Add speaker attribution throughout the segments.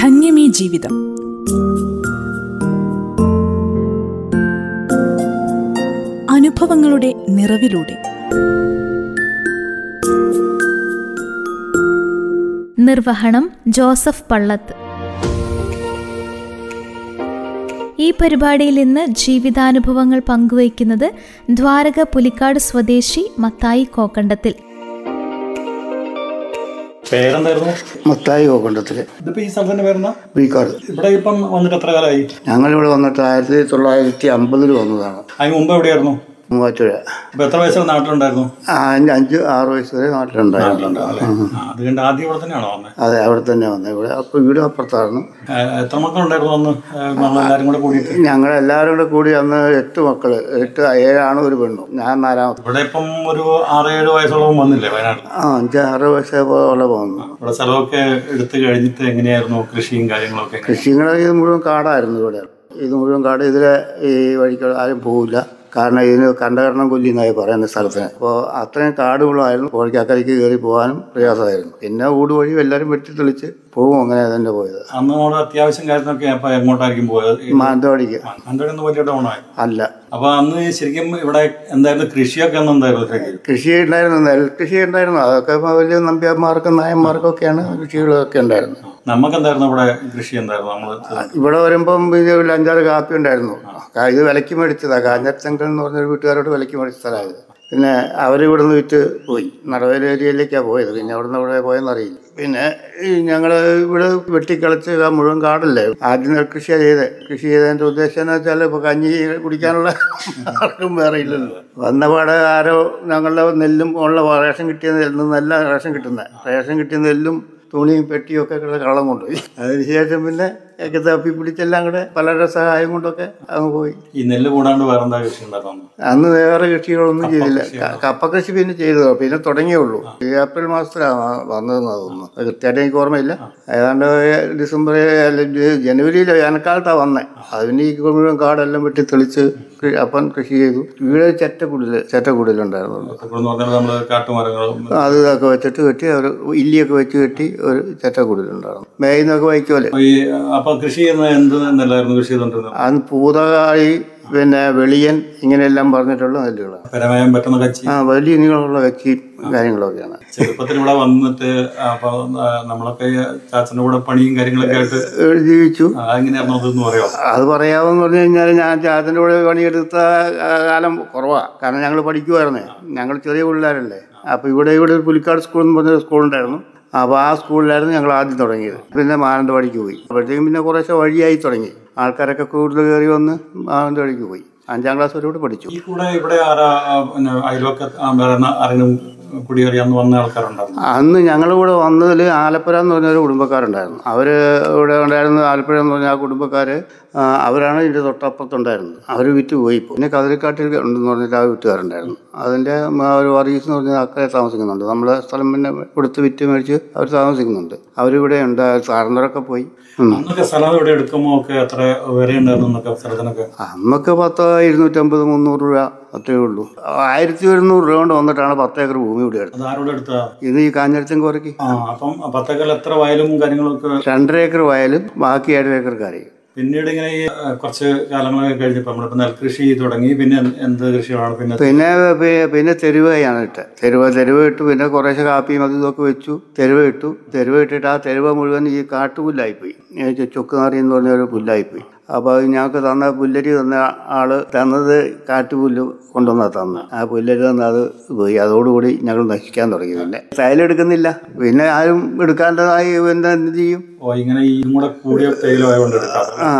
Speaker 1: ധന്യമീ ജീവിതം അനുഭവങ്ങളുടെ നിറവിലൂടെ
Speaker 2: നിർവഹണം ജോസഫ് പള്ളത്ത് ഈ പരിപാടിയിൽ ഇന്ന് ജീവിതാനുഭവങ്ങൾ പങ്കുവയ്ക്കുന്നത് ദ്വാരക പുലിക്കാട് സ്വദേശി മത്തായി കോക്കണ്ടത്തിൽ
Speaker 3: പേരെന്തായിരുന്നു
Speaker 4: മത്തായി കോക്കണ്ടത്തില്
Speaker 3: ഇതിപ്പോ ഈ സ്ഥലത്തിന്റെ പേരെന്താ
Speaker 4: വീക്കാട്
Speaker 3: ഇവിടെ ഇപ്പം വന്നിട്ട് എത്ര കാലമായി
Speaker 4: ഞങ്ങളിവിടെ വന്നിട്ട് ആയിരത്തി തൊള്ളായിരത്തി അമ്പതിൽ വന്നതാണ്
Speaker 3: അതിന് മുമ്പ് എവിടെയായിരുന്നു
Speaker 4: മൂവാറ്റുപുഴ
Speaker 3: അപ്പൊ എത്ര വയസ്സ് നാട്ടിലുണ്ടായിരുന്നു
Speaker 4: അതിൻ്റെ അഞ്ച് ആറ് വയസ്സ് വരെ നാട്ടിലുണ്ടായിരുന്നു
Speaker 3: ആ, അതുകൊണ്ട് ആദ്യം ഇവിടെ തന്നെയാണോ വന്നത്
Speaker 4: അതെ അവിടെ തന്നെ വന്നത് ഇവിടെ അപ്പോൾ വീട് അപ്പുറത്തായിരുന്നു
Speaker 3: എത്ര മക്കളുണ്ടായിരുന്നു അന്ന് ഏ, നമ്മളെല്ലാരും കൂടെ കൂടിയിട്ട്
Speaker 4: ഞങ്ങളെല്ലാവരും കൂടെ കൂടി അന്ന് എട്ട് മക്കള് എട്ട് ഏഴാണ് ഒരു പെണ്ണും ഞാൻ നാലാമത്തെ
Speaker 3: ഇവിടെ ഇപ്പം ഒരു ആറേഴ് വയസ്സോളം വന്നില്ലേ വയനാട്ടിൽ
Speaker 4: ആ അഞ്ച് ആറ് വയസ്സായപ്പോലെ പോകുന്നു
Speaker 3: ഇവിടെ സ്ഥലമൊക്കെ എടുത്തു കഴിഞ്ഞിട്ട് എങ്ങനെയായിരുന്നു കൃഷിയും കാര്യങ്ങളൊക്കെ എങ്ങനെ?
Speaker 4: കൃഷിങ്ങളെ ഇത് മുഴുവൻ കാടായിരുന്നു ഇവിടെ ഇത് മുഴുവൻ കാട് ഇതിലെ ഈ വഴിക്ക് ആരും പോവില്ല കാരണം ഇതിന് കണ്ടകരണം കൊല്ലി എന്നായി പറയുന്ന സ്ഥലത്തിന് അപ്പോൾ അത്രയും കാടുകളായിരുന്നു പുഴയ്ക്ക് അക്കരയ്ക്ക് കയറി പോകാനും പ്രയാസമായിരുന്നു പിന്നെ ഊട് വഴി എല്ലാവരും വെട്ടി തെളിച്ച് പോകും അങ്ങനെ തന്നെ പോയത്
Speaker 3: അന്ന് നമ്മുടെ അത്യാവശ്യം കാര്യത്തിനൊക്കെ അപ്പൊ എങ്ങോട്ടായിരിക്കും പോയത് ഈ
Speaker 4: മാനന്തവാടിക്ക്
Speaker 3: മാനന്തവാടി ഒന്ന് വലിയ ടൗണായി
Speaker 4: അല്ല
Speaker 3: അപ്പൊ അന്ന് ശരിക്കും ഇവിടെ എന്തായിരുന്നു കൃഷിയൊക്കെ അന്ന് എന്തായിരുന്നു ശരിക്കും
Speaker 4: കൃഷി ഉണ്ടായിരുന്നു നെൽകൃഷി ഉണ്ടായിരുന്നു അതൊക്കെ ഇപ്പൊ വലിയ നമ്പ്യാന്മാർക്കും നായന്മാർക്കും ഒക്കെയാണ് കൃഷികളൊക്കെ ഉണ്ടായിരുന്നു
Speaker 3: നമുക്ക് എന്തായിരുന്നു ഇവിടെ കൃഷി എന്തായിരുന്നു നമ്മള്
Speaker 4: ഇവിടെ വരുമ്പം ഇത് ഒരു അഞ്ചാറ് കാപ്പി ഉണ്ടായിരുന്നു കാ- ഇത് വിലക്ക് മേടിച്ചതാണ് കാഞ്ഞിരത്തെങ്കൽ എന്ന് പറഞ്ഞൊരു വീട്ടുകാരോട് വിലക്ക് മേടിച്ച സ്ഥലമായത് പിന്നെ അവർ ഇവിടെ നിന്ന് വിറ്റ് പോയി നടവേൽ ഏരിയയിലേക്കാണ് പോയത് പിന്നെ അവിടെ നിന്ന് ഇവിടെ പോയെന്നറിയില്ല പിന്നെ ഞങ്ങൾ ഇവിടെ വെട്ടിക്കളച്ച് ആ മുഴുവൻ കാടല്ലേ ആദ്യം നെൽകൃഷിയാണ് ചെയ്തത് കൃഷി ചെയ്തതിൻ്റെ ഉദ്ദേശം എന്ന് വെച്ചാൽ ഇപ്പോൾ കഞ്ഞി കുടിക്കാനുള്ള ആർക്കും വേറെ ഇല്ലല്ലോ വന്ന പാടെ ആരോ ഞങ്ങളുടെ നെല്ലും ഉള്ള റേഷൻ കിട്ടിയ നെല്ലും നല്ല റേഷൻ കിട്ടുന്ന റേഷൻ കിട്ടിയ നെല്ലും തുണിയും പെട്ടിയും ഒക്കെ കൂടെ കള്ളം കൊണ്ടുപോയി അതിനുശേഷം പിന്നെ ഒക്കെ തപ്പി പിടിച്ചെല്ലാം കൂടെ പലരുടെ സഹായം കൊണ്ടൊക്കെ അങ്ങ് പോയി
Speaker 3: ഈ നെല്ല് കൂടാണ്ട് വേറെ എന്താ കൃഷി ഉണ്ടായിരുന്നു
Speaker 4: അന്ന് വേറെ കൃഷികളൊന്നും ചെയ്തില്ല ക- കപ്പ കൃഷി പിന്നെ ചെയ്തതോ പിന്നെ തുടങ്ങിയേ ഉള്ളൂ ഈ ഏപ്രിൽ മാസത്തിലാണ് വന്നതെന്ന് തോന്നുന്നു അത് കൃത്യമായിട്ട് എനിക്ക് ഓർമ്മയില്ല ഏതാണ്ട് ഡിസംബർ അല്ല ജ- ജനുവരിയിൽ വേനൽക്കാലത്താണ് വന്നത് അതിന് ഈ മുഴുവൻ കാടെല്ലാം വെട്ടി തെളിച്ച് കൃ- അപ്പം കൃഷി ചെയ്തു വീട് ചെറ്റക്കുടിൽ ചെറ്റക്കുടിലുണ്ടായിരുന്നുള്ളൂ
Speaker 3: എന്ന് പറഞ്ഞാൽ നമ്മള് കാട്ടുമരങ്ങളും
Speaker 4: അത് ഇതൊക്കെ വെച്ചിട്ട് കെട്ടി ഒരു ഇല്ലിയൊക്കെ വെച്ച് കെട്ടി ഒരു ചെറ്റക്കുടിലുണ്ടായിരുന്നു മേയിന്നൊക്കെ വയ്ക്കുമല്ലേ
Speaker 3: അപ്പൊ ഈ അപ്പൊ കൃഷി ചെയ്യുന്ന എന്ത് നെല്ലായിരുന്നു കൃഷി ചെയ്തോണ്ടിരുന്നത്
Speaker 4: അത് പൂതകാളി പിന്നെ വെളിയൻ ഇങ്ങനെയെല്ലാം പറഞ്ഞിട്ടുള്ള നെല്ലുകളാണ്
Speaker 3: പരമയം പറ്റുന്ന കച്ചി
Speaker 4: ആ വലിയ നീളമുള്ള കച്ചിയും കാര്യങ്ങളൊക്കെയാണ്
Speaker 3: ചെറുപ്പത്തിൽ ഇവിടെ വന്നിട്ട് അപ്പൊ ആ, നമ്മളൊക്കെ ഈ ചാച്ചന്റെ കൂടെ പണിയും കാര്യങ്ങളൊക്കെ ആയിട്ട്
Speaker 4: ഏഹ് ജീവിച്ചു
Speaker 3: ആ, എങ്ങനെയായിരുന്നു അതെന്ന് പറയോ
Speaker 4: അത് പറയാമെന്ന് പറഞ്ഞു കഴിഞ്ഞാൽ ഞാൻ ചാത്തൻ്റെ കൂടെ പണിയെടുത്ത ആ, കാലം കുറവാണ് കാരണം ഞങ്ങൾ പഠിക്കുമായിരുന്നേ ഞങ്ങൾ ചെറിയ പിള്ളേരല്ലേ അപ്പോൾ ഇവിടെ ഇവിടെ ഒരു പുലിക്കാട് സ്കൂൾ എന്ന് പറഞ്ഞൊരു സ്കൂളുണ്ടായിരുന്നു അപ്പോൾ ആ സ്കൂളിലായിരുന്നു ഞങ്ങൾ ആദ്യം തുടങ്ങിയത് പിന്നെ മാനന്തവാടിക്ക് പോയി അപ്പോഴത്തേക്കും പിന്നെ കുറേശ്ശെ വഴിയായി തുടങ്ങി ആൾക്കാരൊക്കെ കൂടുതൽ കയറി വന്ന് മാനന്തവാടിക്ക് പോയി അഞ്ചാം ക്ലാസ് വരെ കൂടെ പഠിച്ചു
Speaker 3: ഈ കൂടെ ഇവിടെ ആരാ ആ, പിന്നെ അയൽവക്ക അറിനും കുടിയേറിയാന്ന് വന്ന ആൾക്കാരുണ്ടായിരുന്നു
Speaker 4: അന്ന് ഞങ്ങളുടെ കൂടെ വന്നതിൽ ആലപ്പുഴ എന്ന് പറഞ്ഞൊരു കുടുംബക്കാരുണ്ടായിരുന്നു അവർ ഇവിടെ ഉണ്ടായിരുന്ന ആലപ്പുഴ എന്ന് പറഞ്ഞ ആ കുടുംബക്കാർ അവരാണ് ഇതിൻ്റെ തൊട്ടപ്പുറത്തുണ്ടായിരുന്നത് അവർ വിറ്റ് പോയി ഇപ്പോൾ. പിന്നെ കതിരിക്കാട്ടിൽ ഉണ്ടെന്ന് പറഞ്ഞിട്ട് ആ വീട്ടുകാരുണ്ടായിരുന്നു അതിൻ്റെ ആ ഒരു വർഗീസ് എന്ന് പറഞ്ഞാൽ അക്കരെ താമസിക്കുന്നുണ്ട് നമ്മളെ സ്ഥലം പിന്നെ കൊടുത്ത് വിറ്റ് മേടിച്ച് അവർ താമസിക്കുന്നുണ്ട് അവരിവിടെ ഉണ്ട് സാറന്നവരൊക്കെ പോയി ഉം.
Speaker 3: അന്നൊക്കെ സ്ഥലം ഇവിടെ എടുക്കുമ്പോ ഒക്കെ എത്ര വില ഉണ്ടായിരുന്നു എന്നൊക്കെ സ്ഥലത്തിനൊക്കെ
Speaker 4: അന്നൊക്കെ പത്ത് ഇരുന്നൂറ്റമ്പത് മുന്നൂറ് രൂപ അത്രയേ ഉള്ളൂ ആയിരത്തി ഒരുന്നൂറ് രൂപ കൊണ്ട് വന്നിട്ടാണ് പത്ത് ഏക്കർ ഭൂമി ഇവിടെ എടുത്തത്
Speaker 3: അത് ആരോടെ എടുത്താ
Speaker 4: ഇത് ഈ കാഞ്ഞിരത്തെങ്കോരയ്ക്ക്
Speaker 3: ആ അപ്പം പത്തേക്കാൾ എത്ര വയലും കാര്യങ്ങളൊക്കെ
Speaker 4: രണ്ടര ഏക്കർ വയലും ബാക്കി ഏഴര ഏക്കർ കരയും
Speaker 3: പിന്നീട് ഇങ്ങനെ ഈ ആ, കുറച്ച് കാലങ്ങളൊക്കെ കഴിഞ്ഞപ്പോ നമ്മളിപ്പോ നെൽകൃഷി തുടങ്ങി പിന്നെ എന്ത് എന്ത് കൃഷിയാണ് പിന്നെ
Speaker 4: പിന്നെ പി- പിന്നെ തെരുവയാണ് ഇട്ട് തെരുവ തെരുവ ഇട്ടു പിന്നെ കുറേശ്ശെ കാപ്പിയും അതും ഇതൊക്കെ വെച്ചു തെരുവ ഇട്ടു തെരുവ ഇട്ടിട്ട് ആ തെരുവ മുഴുവൻ ഈ കാട്ടുപുല്ലായിപ്പോയി ഈ ചെ- ചുക്കുനാറി എന്ന് പറഞ്ഞ ഒരു പുല്ലായിപ്പോയി അപ്പോൾ അത് ഞങ്ങൾക്ക് തന്ന പുല്ലരി തന്ന ആള് തന്നത് കാട്ടുപുല്ല് കൊണ്ടുവന്നാ തന്ന ആ പുല്ലരി തന്ന അത് പോയി അതോടുകൂടി ഞങ്ങൾ നശിക്കാൻ തുടങ്ങി പിന്നെ തൈലെടുക്കുന്നില്ല പിന്നെ ആരും എടുക്കാണ്ടതായി എന്താ എന്ത് ചെയ്യും
Speaker 3: ഓ ഇങ്ങനെ ഈ കൂടെ കൂടിയ തേയില ആയതുകൊണ്ട് എടുക്കാം
Speaker 4: ആ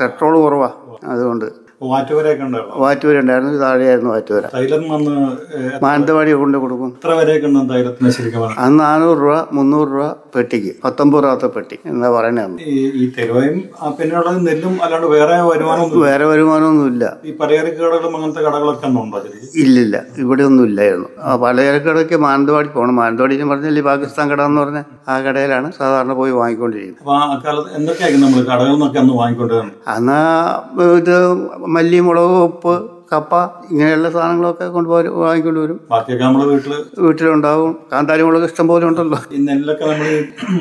Speaker 4: സെട്രോൾ കുറവാണ് അതുകൊണ്ട്
Speaker 3: വാറ്റുവരെയൊക്കെ ഉണ്ടായിരുന്നു
Speaker 4: വാറ്റുവര ഉണ്ടായിരുന്നു ഇത് താഴെയായിരുന്നു വാറ്റുവര
Speaker 3: തൈലം അന്ന് ഏഹ്,
Speaker 4: മാനന്തവാടി കൊണ്ട് കൊടുക്കും
Speaker 3: എത്ര വരെയൊക്കെ ഉണ്ടാവും തൈലത്തിന് ശരിക്കും പറഞ്ഞാൽ?
Speaker 4: അന്ന് നാനൂറ് രൂപ മുന്നൂറ് രൂപ പെട്ടിക്ക് പത്തൊമ്പത് രൂപത്തെ പെട്ടി എന്താ പറയണേ അന്ന്
Speaker 3: ഈ ഈ തെരുവയും ആ, പിന്നെയുള്ള നെല്ലും അല്ലാണ്ട് വേറെ വരുമാനമൊന്നും
Speaker 4: വേറെ വരുമാനമൊന്നുമില്ല
Speaker 3: ഈ പലചരക്ക് കടകളും അങ്ങനത്തെ കടകളൊക്കെ അന്ന് ഉണ്ടോ ശരിക്കും
Speaker 4: ഇല്ലില്ല ഇവിടെ ഒന്നും ഇല്ലായിരുന്നു ആ പലചരക്കടയ്ക്ക് മാനന്തവാടി പോകണം മാനന്തവാടി എന്ന് പറഞ്ഞാൽ ഈ പാകിസ്ഥാൻ കട എന്ന് പറഞ്ഞാൽ ആ കടയിലാണ് സാധാരണ പോയി വാങ്ങിക്കൊണ്ടിരിക്കുന്നത്
Speaker 3: അപ്പൊ ആ കാലത്ത് എന്തൊക്കെയായിരിക്കും നമ്മൾ കടകളിൽ നിന്നൊക്കെ അന്ന് വാങ്ങിക്കൊണ്ടിരുന്നത്
Speaker 4: അന്ന് ആ ഇത് മല്ലി മുളക് ഉപ്പ് കപ്പ ഇങ്ങനെയുള്ള സാധനങ്ങളൊക്കെ കൊണ്ടുപോയി വാങ്ങിക്കൊണ്ട് വരും
Speaker 3: ബാക്കിയൊക്കെ നമ്മൾ വീട്ടില്
Speaker 4: വീട്ടിലുണ്ടാവും കാന്താരി മുളക് ഇഷ്ടം പോലെ ഉണ്ടല്ലോ
Speaker 3: ഈ നെല്ലൊക്കെ നമ്മൾ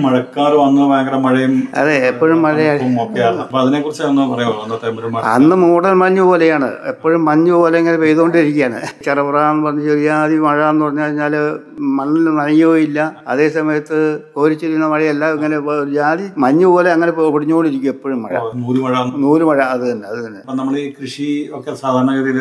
Speaker 3: മഴക്കാർ വന്ന് ഭയങ്കര മഴയും
Speaker 4: അതെ എപ്പോഴും മഴയാണ്
Speaker 3: ഉം ഒക്കെയാണ് അപ്പൊ അതിനെ കുറിച്ച് ഒന്ന് പറയാമോ അന്നത്തെ ഒരു മഴ
Speaker 4: അന്ന് മൂടൽ മഞ്ഞ് പോലെയാണ് എപ്പോഴും മഞ്ഞ് പോലെ ഇങ്ങനെ പെയ്തുകൊണ്ടിരിക്കുകയാണ് ചെറുപുറ എന്ന് പറഞ്ഞ് ചെറിയാതി മഴ എന്ന് പറഞ്ഞു കഴിഞ്ഞാൽ മണ്ണിൽ നനയുകയില്ല അതേ സമയത്ത് കോരിച്ചിരുന്ന മഴയല്ല ഇങ്ങനെ ഒരു ജാതി മഞ്ഞ് പോലെ അങ്ങനെ പൊ- പൊടിഞ്ഞുകൊണ്ടിരിക്കും എപ്പോഴും മഴ
Speaker 3: നൂല് മഴ
Speaker 4: നൂല് മഴ അത് തന്നെ അത് തന്നെ
Speaker 3: അപ്പൊ നമ്മൾ ഈ കൃഷി ഒക്കെ സാധാരണഗതിയിൽ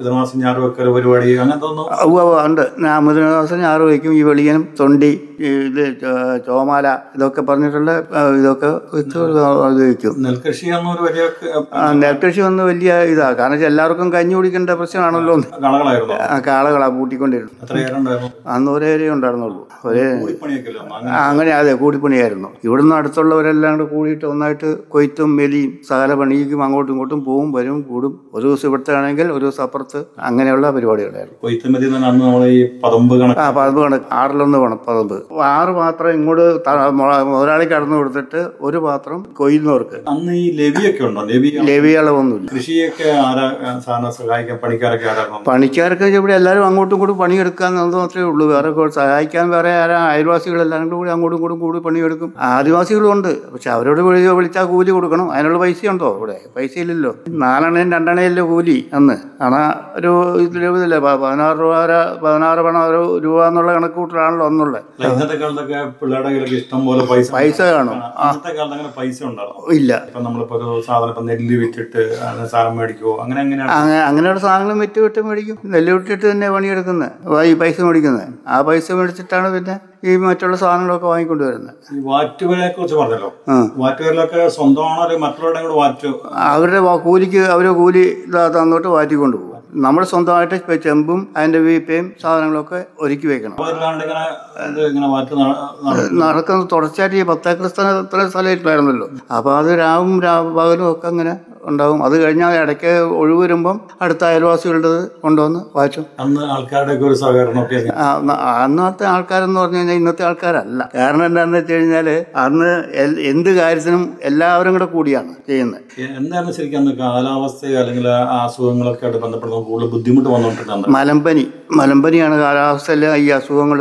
Speaker 3: വിതമാസം ഞാറ് വെക്കൽ പരിപാടി അങ്ങനത്തെ ഒന്നും
Speaker 4: ഉവ്വ് ഉവ്വ് ഉണ്ട് അമൃതനാസം ആറ് വയ്ക്കും ഈ വെളിയനും തൊണ്ടി ഈ ഇത് ചോ- ചോമാല ഇതൊക്കെ പറഞ്ഞിട്ടുള്ള ആ, ഇതൊക്കെ വിത്ത് ഇത് വയ്ക്കും
Speaker 3: നെൽകൃഷി എന്നൊരു വലിയ ക-
Speaker 4: ആ, നെൽകൃഷി ഒന്ന് വലിയ ഇതാണ് കാരണം വെച്ചാൽ എല്ലാവർക്കും കഞ്ഞി കുടിക്കേണ്ട പ്രശ്നമാണല്ലോ
Speaker 3: കളകളായിരുന്നു
Speaker 4: ആ കാളകളാ പൂട്ടിക്കൊണ്ടിരുന്നു
Speaker 3: എത്ര ഏറുണ്ടായിരുന്നു
Speaker 4: അന്ന് ഒരേ ഏരിയ ഉണ്ടായിരുന്നുള്ളൂ ഒരേ
Speaker 3: കൂലിപ്പണിയൊക്കെ അല്ലേ? അങ്ങനെ
Speaker 4: ആ, അങ്ങനെ അതെ കൂടിപ്പണിയായിരുന്നു ഇവിടുന്ന് അടുത്തുള്ളവരെല്ലാം കൂടെ കൂടിയിട്ട് ഒന്നായിട്ട് കൊയ്ത്തും മെലിയും സകല പണിക്കും അങ്ങോട്ടും ഇങ്ങോട്ടും പോവും വരും കൂടും ഒരു ദിവസം ഇവിടുത്തെ ആണെങ്കിൽ ഒരു ദിവസം അപ്പുറത്ത് അങ്ങനെയുള്ള പരിപാടികളായിരുന്നു
Speaker 3: കൊയ്ത്തുമതി എന്ന് പറഞ്ഞാൽ അന്ന് നമ്മൾ ഈ പതമ്പ്
Speaker 4: ആ
Speaker 3: കണക്ക്
Speaker 4: പതിവ് കണക്ക് ആറിലൊന്ന് വേണം പതിവ് ആറ് പാത്രം ഇങ്ങോട്ട് ത- മൊ- മുതലാളി കടന്നു കൊടുത്തിട്ട് ഒരു പാത്രം കൊയ്യുന്നവർക്ക്
Speaker 3: അന്ന് ഈ ലവിയൊക്കെ ഉണ്ടോ ലവി
Speaker 4: ലെവി അളവൊന്നുമില്ല
Speaker 3: കൃഷിയൊക്കെ ആരാ ആ, സാധാരണ സഹായിക്കാൻ പണിക്കാരൊക്കെ ആരായിരുന്നു
Speaker 4: പണിക്കാർക്ക് ഇവിടെ എല്ലാവരും അങ്ങോട്ടും കൂടി പണിയെടുക്കാൻ എന്നത് മാത്രമേ ഉള്ളൂ വേറെ കോ- സഹായിക്കാൻ വേറെ ആരാ അയൽവാസികൾ എല്ലാവരും കൂടി അങ്ങോട്ടും കൂടും കൂടി പണിയെടുക്കും ആദിവാസികളും ഉണ്ട് പക്ഷെ അവരോട് വിളി- വിളിച്ചാൽ കൂലി കൊടുക്കണം അതിനുള്ള പൈസയുണ്ടോ ഇവിടെ പൈസ ഇല്ലല്ലോ നാലെണ്ണയും രണ്ടെണ്ണയല്ലേ കൂലി അന്ന് അണാ ഒരു ഇതിലില്ല പതിനാറ് രൂപ വരെ- പതിനാറ് പണം ഒരു രൂപ എന്നുള്ള കണക്ക് കൂട്ടലാണല്ലോ അന്നുള്ളത്
Speaker 3: ഇന്നത്തെ കാലത്തൊക്കെ പിള്ളേരുടെ കയ്യിലൊക്കെ ഇഷ്ടം പോലെ പൈസ
Speaker 4: പൈസ കാണും
Speaker 3: അന്നത്തെ കാലത്ത് അങ്ങനെ പൈസ ഉണ്ടായിരുന്നു
Speaker 4: ഇല്ല
Speaker 3: ഇപ്പൊ നമ്മളിപ്പോ ഒരു സാധനം ഇപ്പൊ നെല്ല് വിറ്റിട്ട് അങ്ങനെ സാധനം മേടിക്കുവോ അങ്ങനെ എങ്ങനെയാണ്
Speaker 4: അങ്ങനെ അങ്ങനെയുള്ള സാധനങ്ങൾ വിറ്റ് വിട്ട് മേടിക്കും നെല്ല് വിട്ടിട്ട് തന്നെ പണിയെടുക്കുന്നത് ഈ പൈസ മേടിക്കുന്നത് ആ പൈസ മേടിച്ചിട്ടാണ് പിന്നെ ഈ മറ്റുള്ള സാധനങ്ങളൊക്കെ വാങ്ങിക്കൊണ്ട് വരുന്നത്
Speaker 3: ഈ വാറ്റുവരെ കുറിച്ച് പറഞ്ഞല്ലോ
Speaker 4: ആ.
Speaker 3: വാറ്റുവരലൊക്കെ സ്വന്തമാണോ അല്ലെങ്കിൽ മറ്റുള്ളവരുടെ കൂടെ വാറ്റു
Speaker 4: അവരുടെ വാ- കൂലിക്ക് അവരെ കൂലി ഇതാ തന്നോട്ട് വാറ്റിക്കൊണ്ട് പോകും നമ്മൾ സ്വന്തമായിട്ട് ഇപ്പൊ ചെമ്പും അതിൻ്റെ വീപ്പയും സാധനങ്ങളൊക്കെ ഒരുക്കി വെക്കണം
Speaker 3: അതില്ലാണ്ട് ഇങ്ങനെ ഇത് ഇങ്ങനെ വാറ്റ് നട- നടക്കും.
Speaker 4: നടക്കുന്നത് തുടർച്ചയായിട്ട് ഈ പത്തേക്കർ സ്ഥലം ഇത്ര സ്ഥലമായിട്ടുണ്ടായിരുന്നല്ലോ അപ്പോൾ അത് രാവും രാ പകലും ഒക്കെ അങ്ങനെ ഉണ്ടാവും അത് കഴിഞ്ഞാൽ ഇടയ്ക്ക് ഒഴിവ് വരുമ്പം അടുത്ത അയൽവാസികളുടേത് കൊണ്ടുവന്ന് വാച്ചും
Speaker 3: അന്ന് ആൾക്കാരുടെ ഒക്കെ ഒരു സഹകരണമൊക്കെ എങ്ങനെ?
Speaker 4: ആ, ന- അന്നത്തെ ആൾക്കാരെന്ന് പറഞ്ഞു കഴിഞ്ഞാൽ ഇന്നത്തെ ആൾക്കാരല്ല കാരണം എന്താണെന്ന് വെച്ച് കഴിഞ്ഞാൽ അന്ന് എൽ- എന്ത് കാര്യത്തിനും എല്ലാവരും കൂടെ കൂടിയാണ് ചെയ്യുന്നത്
Speaker 3: എ- എന്തായിരുന്നു ശരിക്കും അന്ന് കാലാവസ്ഥ അല്ലെങ്കിൽ ആ അസുഖങ്ങളൊക്കെ ആയിട്ട് ബന്ധപ്പെട്ട് നമുക്ക് കൂടുതൽ ബുദ്ധിമുട്ട് വന്നുകൊണ്ടിരുന്നത് അന്ന്?
Speaker 4: മലമ്പനി മലമ്പനിയാണ് കാലാവസ്ഥയിൽ ഈ അസുഖങ്ങൾ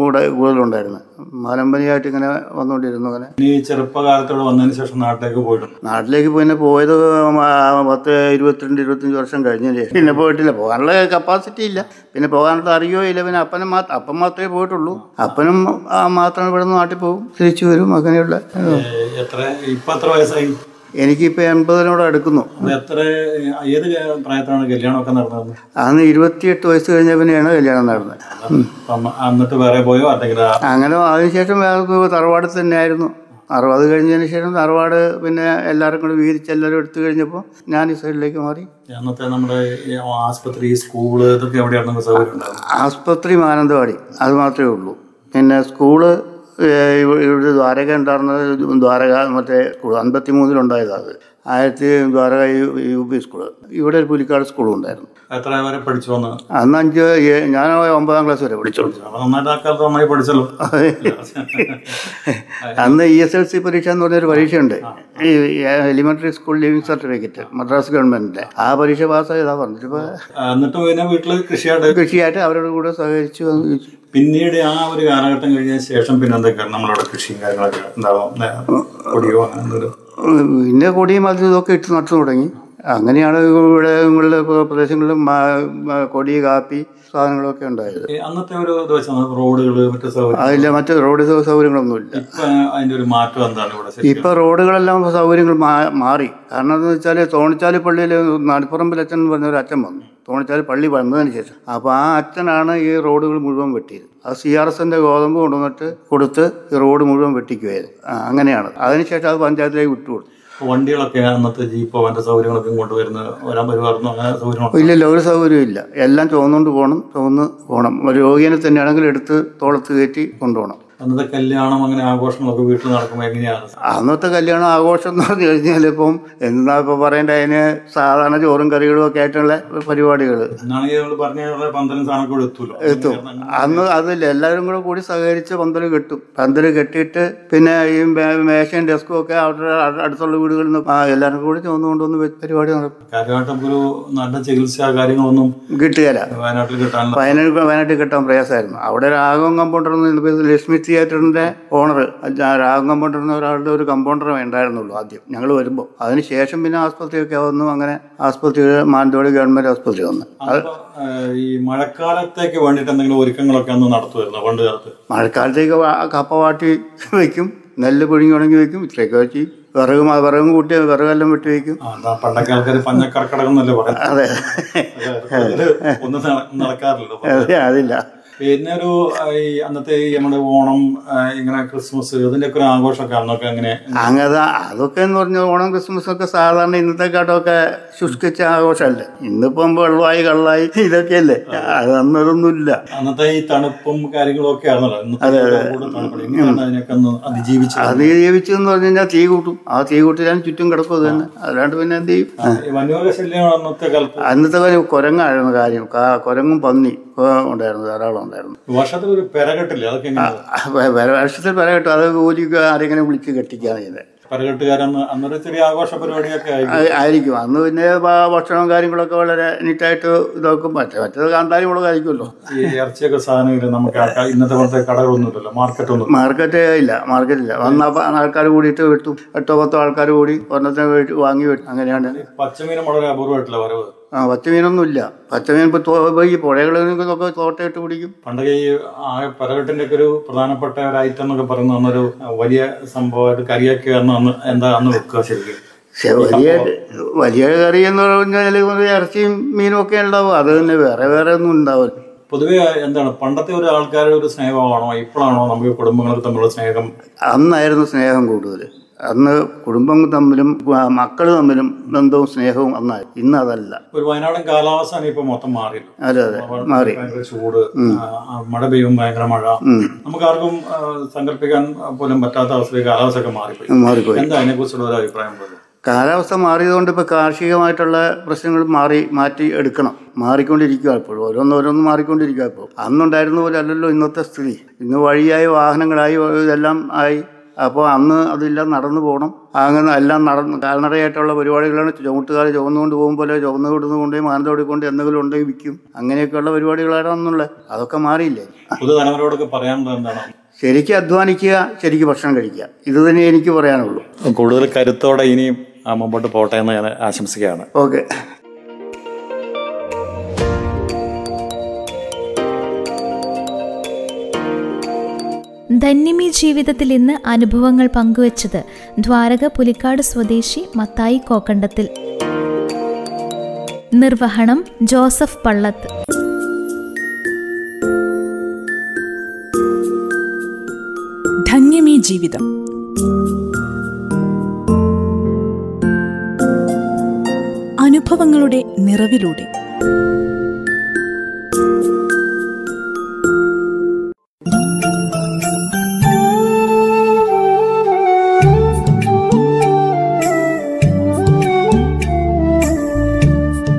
Speaker 4: കൂടെ കൂടുതലുണ്ടായിരുന്നത് മലമ്പനിയായിട്ട് ഇങ്ങനെ വന്നുകൊണ്ടിരുന്നു അങ്ങനെ
Speaker 3: ഇനി ചെറുപ്പകാലത്തോടെ വന്നതിന് ശേഷം നാട്ടിലേക്ക് പോയിട്ടുണ്ട്
Speaker 4: നാട്ടിലേക്ക് പിന്നെ പോയത് മ- പത്ത് ഇരുപത്തിരണ്ട് ഇരുപത്തഞ്ച് വർഷം കഴിഞ്ഞില്ലേ പിന്നെ പോയിട്ടില്ല പോകാനുള്ള കപ്പാസിറ്റി ഇല്ല പിന്നെ പോകാനുള്ള അറിയോ ഇല്ല പിന്നെ അപ്പനും മാത്രം അപ്പൻ മാത്രമേ പോയിട്ടുള്ളൂ അപ്പനും ആ, മാത്രം ഇവിടെ നിന്ന് നാട്ടിൽ പോകും തിരിച്ചു വരും അങ്ങനെയുള്ള
Speaker 3: ഏ, എത്ര ഇപ്പൊ എത്ര വയസ്സായി
Speaker 4: എനിക്കിപ്പോൾ എൺപതിനോട് അടുക്കുന്നു
Speaker 3: അത് എത്ര ഏത് പ്രായത്തിലാണ് കല്യാണമൊക്കെ നടന്നത്
Speaker 4: അന്ന് ഇരുപത്തിയെട്ട് വയസ്സ് കഴിഞ്ഞ പിന്നെയാണ് കല്യാണം നടന്നത് ഉം.
Speaker 3: അപ്പം എന്നിട്ട് വേറെ പോയോ അല്ലെങ്കിൽ ആ-
Speaker 4: അങ്ങനെ അതിനുശേഷം വേറെ ഒരു തറവാട് തന്നെയായിരുന്നു അറുപത് കഴിഞ്ഞതിന് ശേഷം തറവാട് പിന്നെ എല്ലാവരും കൂടി വീതിച്ച് എല്ലാവരും എടുത്തു കഴിഞ്ഞപ്പോൾ ഞാൻ ഈ സൈഡിലേക്ക് മാറി
Speaker 3: അന്നത്തെ നമ്മുടെ ഈ ആസ്പത്രി സ്കൂള് ഇതൊക്കെ എവിടെയായിരുന്നു സൗകര്യം ഉണ്ടായിരുന്നത്?
Speaker 4: ആസ്പത്രി മാനന്തവാടി അത് മാത്രമേ ഉള്ളൂ പിന്നെ സ്കൂള് ഏഹ്, ഇവ- ഇവിടെ ദ്വാരക ഉണ്ടായിരുന്നത് ദ്വാരക മറ്റേ സ്കൂൾ അൻപത്തി മൂന്നിലുണ്ടായതാണ് അത് ആയിരത്തി Dwarka U- U P school ഇവിടെ ഒരു പുലിക്കാട് സ്കൂളും ഉണ്ടായിരുന്നു
Speaker 3: എത്ര വരെ പഠിച്ചു വന്ന്
Speaker 4: അന്ന് അഞ്ച് ഏ- ഞാൻ ഒമ്പതാം ക്ലാസ് വരെ പഠിച്ചോളൂ
Speaker 3: അപ്പൊ നന്നായിട്ട് ആ കാലത്ത് നന്നായി പഠിച്ചല്ലോ
Speaker 4: അന്ന് E E S L C പരീക്ഷ എന്ന് പറഞ്ഞൊരു പരീക്ഷയുണ്ട് ഈ elementary school living certificate Madras ഗവൺമെന്റിന്റെ ആ പരീക്ഷ പാസ്സായതാ പറഞ്ഞിട്ട് ഇപ്പൊ
Speaker 3: ആ, എന്നിട്ട് പിന്നെ വീട്ടില് കൃഷിയായിട്ട്
Speaker 4: കൃഷിയായിട്ട് അവരുടെ കൂടെ സഹകരിച്ചു വന്ന് ജീവിച്ചു.
Speaker 3: പിന്നീട് ആ ഒരു കാലഘട്ടം കഴിഞ്ഞ ശേഷം പിന്നെ എന്തൊക്കെയാണ് നമ്മളവിടെ കൃഷിയും കാര്യങ്ങളൊക്കെ ഉണ്ടാവും നേ- കൊടിയോ അങ്ങനെ എന്തെങ്കിലും
Speaker 4: ഉം, പിന്നെ കൊടിയും അതും ഇതൊക്കെ ഇട്ട് നട്ടു തുടങ്ങി അങ്ങനെയാണ് ഇവിടെ ഇങ്ങനെയുള്ള പ്ര- പ്രദേശങ്ങളിലും മാ- മാ- കൊടി കാപ്പി സാധനങ്ങളൊക്കെ ഉണ്ടായത്
Speaker 3: ഈ അന്നത്തെ ഒരു ഇത് വെച്ചാൽ റോഡുകള് മറ്റു സൗകര്യം
Speaker 4: അതില്ല മറ്റ് റോഡ് സൗ- സൗകര്യങ്ങളൊന്നുമില്ല
Speaker 3: ഇപ്പൊ അതിന്റെ ഒരു മാറ്റം എന്താണ് ഇവിടെ ശരിക്കും?
Speaker 4: ഇപ്പൊ റോഡുകളെല്ലാം സൗകര്യങ്ങൾ മാ- മാറി കാരണം എന്ന് വെച്ചാൽ തോണിച്ചാലി പള്ളിയിൽ നടുപ്പുറമ്പിൽ അച്ഛൻ എന്ന് പറഞ്ഞ ഒരു അച്ഛൻ വന്നു തോണിച്ചാലി പള്ളി വന്നതിന് ശേഷം അപ്പോൾ ആ അച്ഛനാണ് ഈ റോഡുകൾ മുഴുവൻ വെട്ടിയത് അത് സി ആർ എസിന്റെ ഗോതമ്പ് കൊണ്ടുവന്നിട്ട് കൊടുത്ത് ഈ റോഡ് മുഴുവൻ വെട്ടിക്കുമായിരുന്നു ആ, അങ്ങനെയാണ് അതിനുശേഷം അത് പഞ്ചായത്തിലേക്ക് വിട്ടുകൊടുത്തു
Speaker 3: വണ്ടികളൊക്കെ അന്നത്തെ ജീപ്പോ അവന്റെ സൗകര്യങ്ങളൊക്കെ കൊണ്ടുവരുന്ന വരാൻ വരുമായിരുന്നു അങ്ങനെ സൗകര്യങ്ങളുണ്ട്
Speaker 4: ഇല്ലല്ലോ ഒരു സൗകര്യവും ഇല്ല എല്ലാം ചുവന്നുകൊണ്ട് പോകണം ചുവന്ന് പോകണം ഒരു രോഗിയെ തന്നെയാണെങ്കിൽ എടുത്ത് തോളത്ത് കയറ്റി കൊണ്ടുപോകണം
Speaker 3: അന്നത്തെ കല്യാണം അങ്ങനെ ആഘോഷങ്ങളൊക്കെ വീട്ടിൽ നടക്കുമ്പോൾ എങ്ങനെയാണ്
Speaker 4: അന്നത്തെ കല്യാണം ആഘോഷം എന്ന് പറഞ്ഞു കഴിഞ്ഞാൽ ഇപ്പം എന്താ ഇപ്പോൾ പറയേണ്ട അതിന് സാധാരണ ചോറും കറികളും ഒക്കെ ആയിട്ടുള്ള പരിപാടികൾ
Speaker 3: എന്നാണെങ്കിൽ നമ്മൾ പറഞ്ഞ പോലെ പന്തലും സാധനം കൂടെ എത്തൂലോ
Speaker 4: എത്തും അന്ന് അതില്ല എല്ലാവരും കൂടെ കൂടി സഹകരിച്ച് പന്തൽ കെട്ടും പന്തൽ കെട്ടിയിട്ട് പിന്നെ ഈ മേ- മേശയും ഡെസ്കും ഒക്കെ അവരുടെ അ- അടുത്തുള്ള വീടുകളിൽ നിന്ന് ആ എല്ലാവരും കൂടി ചുവന്ന് കൊണ്ടുവന്ന് വെ- പരിപാടി നടക്കും
Speaker 3: കാര്യമായിട്ട് നമുക്കൊരു നല്ല ചികിത്സ കാര്യങ്ങളൊന്നും
Speaker 4: കിട്ടുകയില്ല
Speaker 3: വയനാട്ടിൽ കിട്ടാനില്ല
Speaker 4: വയനാട് വയനാട്ടിൽ കിട്ടാൻ പ്രയാസമായിരുന്നു അവിടെ രാഘവൻ കമ്പൗണ്ടർ എന്ന് ഇന്നിപ്പോൾ ലക്ഷ്മി തിയേറ്ററിൻ്റെ ഓണർ രാഘവൻ കമ്പൗണ്ടർ എന്ന ഒരാളുടെ ഒരു കമ്പൗണ്ടറേ ഉണ്ടായിരുന്നുള്ളൂ ആദ്യം ഞങ്ങൾ വരുമ്പോൾ അതിന് ശേഷം പിന്നെ ആസ്പത്രിയൊക്കെ വന്നു അങ്ങനെ ആസ്പത്രി മാനന്തവാടി ഗവൺമെൻറ് ആസ്പത്രി വന്നു അത്
Speaker 3: അപ്പൊ, ഏഹ്, ഈ മഴക്കാലത്തേക്ക് വേണ്ടിയിട്ട് എന്തെങ്കിലും ഒരുക്കങ്ങളൊക്കെ അന്ന് നടത്തുമായിരുന്നു പണ്ട് കാലത്ത്
Speaker 4: മഴക്കാലത്തേക്ക് വാ- കപ്പ വാട്ടി വെക്കും നെല്ല് പുഴുങ്ങി ഉണങ്ങി വെക്കും ഇത്രയൊക്കെ വെച്ച് വിറക് മ- വിറകും കൂട്ടി വിറകെല്ലാം വെട്ടി വെക്കും
Speaker 3: ആ, അതാ പണ്ടൊക്കെ ആൾക്കാർ പഞ്ഞക്കർക്കടകം എന്നല്ലേ പറയാം
Speaker 4: അതെ
Speaker 3: ഒന്നും നട- നടക്കാറില്ലല്ലോ
Speaker 4: അതെ അതില്ല
Speaker 3: പിന്നെ ഒരു ആ, ഈ അന്നത്തെ ഈ നമ്മുടെ ഓണം ആ, ഇങ്ങനെ ക്രിസ്മസ് ഇതിന്റെയൊക്കെ ഒരു ആഘോഷമൊക്കെ അന്നൊക്കെ അങ്ങനെ
Speaker 4: അങ്ങനെ അതൊക്കെ എന്ന് പറഞ്ഞാൽ ഓണം ക്രിസ്മസ് ഒക്കെ സാധാരണ ഇന്നത്തെക്കാട്ടൊക്കെ ശുഷ്കിച്ച ആഘോഷമല്ലേ ഇന്നിപ്പം വെള്ളമായി കള്ളായി ഇതൊക്കെയല്ലേ അത് അന്നതൊന്നുമില്ല
Speaker 3: അന്നത്തെ ഈ തണുപ്പും കാര്യങ്ങളും ഒക്കെ ആണല്ലോ ഇന്നത്തെ കൂടുതൽ തണുപ്പുണ്ട്. എങ്ങനെയാണ് അതിനൊക്കെ ഒന്ന് അതിജീവിച്ചത്
Speaker 4: അത് ജീവിച്ചെന്ന് പറഞ്ഞു കഴിഞ്ഞാൽ തീ കൂട്ടും ആ തീ കൂട്ടിയാൽ ചുറ്റും കിടക്കും അത് തന്നെ അല്ലാണ്ട് പിന്നെ എന്ത് ചെയ്യും
Speaker 3: ഈ വന്യമൃഗ ശല്യം അന്നത്തെ കാലത്ത്
Speaker 4: അന്നത്തെ കാര്യം കുരങ്ങായിരുന്നു കാര്യം കാ- കുരങ്ങും പന്നി ഒക്കെ ഉണ്ടായിരുന്നു ധാരാളം ഉണ്ടായിരുന്നു
Speaker 3: വർഷത്തിൽ ഒരു പെരകെട്ടില്ലേ അതൊക്കെ എങ്ങനെയാണ്
Speaker 4: വർഷത്തിൽ പല കേട്ടോ അത് കൂലിക്ക് ആരെങ്കിലും വിളിച്ച് കെട്ടിക്കുകയാണ് ചെയ്തത്
Speaker 3: പെരകെട്ടുകാരന്ന് അന്നൊരു ചെറിയ ആഘോഷ പരിപാടിയൊക്കെ ആയി
Speaker 4: ആ- ആയിരിക്കും അന്ന് പിന്നെ ഭ- ഭക്ഷണവും കാര്യങ്ങളൊക്കെ വളരെ നീറ്റായിട്ട് ഇതാക്കും മറ്റേ മറ്റേത് കാന്താരി മുളകായിരിക്കുമല്ലോ
Speaker 3: ഈ ഇറച്ചിയൊക്കെ സാധനമില്ല നമുക്ക് ആ ക- ഇന്നത്തെ പോലത്തെ കടകളൊന്നും ഇല്ലല്ലോ മാർക്കറ്റൊന്നും
Speaker 4: മാർക്കറ്റ് ഇല്ല മാർക്കറ്റ് ഇല്ല വന്ന ആൾക്കാർ കൂടിയിട്ട് വെട്ടും എട്ടോ പത്തോ ആൾക്കാർ കൂടി ഒരെണ്ണത്തെ വെട്ടി- വാങ്ങി വെട്ടും അങ്ങനെയാണ്
Speaker 3: പച്ചമീനും വളരെ അപൂർവമായിട്ടില്ല വരവ്
Speaker 4: ആ പച്ചമീനൊന്നും ഇല്ല പച്ചമീൻ ഇപ്പോൾ തോ- ഈ പുഴകളിൽ നിന്നൊക്കെ തോട്ടയിട്ട് പിടിക്കും
Speaker 3: പണ്ടൊക്കെ ഈ ആകെ പെരകെട്ടിന്റെ ഒക്കെ ഒരു പ്രധാനപ്പെട്ട ഒരു ഐറ്റം എന്നൊക്കെ പറയുന്ന അന്നൊരു വലിയ സംഭവമായിട്ട് കറിയൊക്കെ അന്ന് അന്ന് എന്താ അന്ന് വെക്കുക ശരിക്കും
Speaker 4: പക്ഷെ വലിയ വലിയ കറി എന്ന് പറഞ്ഞാൽ ഇറച്ചിയും മീനും ഒക്കെ ഉണ്ടാവും അത് തന്നെ വേറെ വേറെ ഒന്നും ഉണ്ടാവില്ല
Speaker 3: പൊതുവെ എന്താണ് പണ്ടത്തെ ഒരു ആൾക്കാരുടെ ഒരു സ്നേഹമാണോ ഇപ്പോഴാണോ നമുക്ക് കുടുംബങ്ങൾ തമ്മിലുള്ള സ്നേഹം
Speaker 4: അന്നായിരുന്നു സ്നേഹം കൂടുതൽ അന്ന് കുടുംബം തമ്മിലും മക്കൾ തമ്മിലും ബന്ധവും സ്നേഹവും അന്നായി ഇന്ന് അതല്ല
Speaker 3: ഒരു വയനാടൻ കാലാവസ്ഥയാണ് ഇപ്പൊ മൊത്തം മാറിയല്ലോ
Speaker 4: അതെ അതെ മാറി
Speaker 3: ഭയങ്കര ചൂട് ആ, ആ, മഴ പെയ്യും ഭയങ്കര മഴ നമുക്ക് ആർക്കും ആ, സങ്കല്പിക്കാൻ പോലും പറ്റാത്ത അവസ്ഥയിൽ കാലാവസ്ഥയൊക്കെ മാറിപ്പോയി
Speaker 4: മാറിപ്പോയി
Speaker 3: എന്താ അതിനെ കുറിച്ചുള്ള ഒരു അഭിപ്രായം ഉള്ളത്
Speaker 4: കാലാവസ്ഥ മാറിയതുകൊണ്ട് ഇപ്പോൾ കാർഷികമായിട്ടുള്ള പ്രശ്നങ്ങൾ മാറി മാറ്റി എടുക്കണം മാറിക്കൊണ്ടിരിക്കുക ഇപ്പോഴും ഓരോന്ന് ഓരോന്ന് മാറിക്കൊണ്ടിരിക്കുക ഇപ്പോൾ അന്നുണ്ടായിരുന്ന പോലെ അല്ലല്ലോ ഇന്നത്തെ സ്ഥിതി ഇന്ന് വഴിയായി വാഹനങ്ങളായി ഇതെല്ലാം ആയി അപ്പോൾ അന്ന് അതെല്ലാം നടന്നു പോകണം അങ്ങനെ എല്ലാം നടന്ന് കാൽനടയായിട്ടുള്ള പരിപാടികളാണ് ചുമട്ടുകാർ ചുവന്നുകൊണ്ട് പോകും പോലെ ചുവന്ന് കൊടുന്ന് കൊണ്ടുപോയി മാനന്തോടി കൊണ്ട് എന്തെങ്കിലും ഉണ്ടെങ്കിൽ വിൽക്കും അങ്ങനെയൊക്കെയുള്ള പരിപാടികളാണ് അന്നുള്ളത് അതൊക്കെ മാറിയില്ലേ
Speaker 3: പുതുതലമുറയോടൊക്കെ പറയാനുള്ളത് എന്താണ്
Speaker 4: ശരിക്കും അധ്വാനിക്കുക ശരിക്കും ഭക്ഷണം കഴിക്കുക ഇത് തന്നെ എനിക്ക് പറയാനുള്ളൂ
Speaker 3: കൂടുതൽ കരുത്തോടെ ഇനിയും ആ, മുമ്പോട്ട് പോട്ടെ എന്ന് ഞാൻ ആശംസിക്കുകയാണ്
Speaker 4: ഓക്കെ
Speaker 2: ധന്യമി ജീവിതത്തിൽ ഇന്ന് അനുഭവങ്ങൾ പങ്കുവച്ചത് ദ്വാരക പുലിക്കാട് സ്വദേശി മത്തായി കോക്കണ്ടത്തിൽ നിർവഹണം ജോസഫ് പള്ളത്ത്
Speaker 1: ധന്യമീ ജീവിതം അനുഭവങ്ങളുടെ നിറവിലൂടെ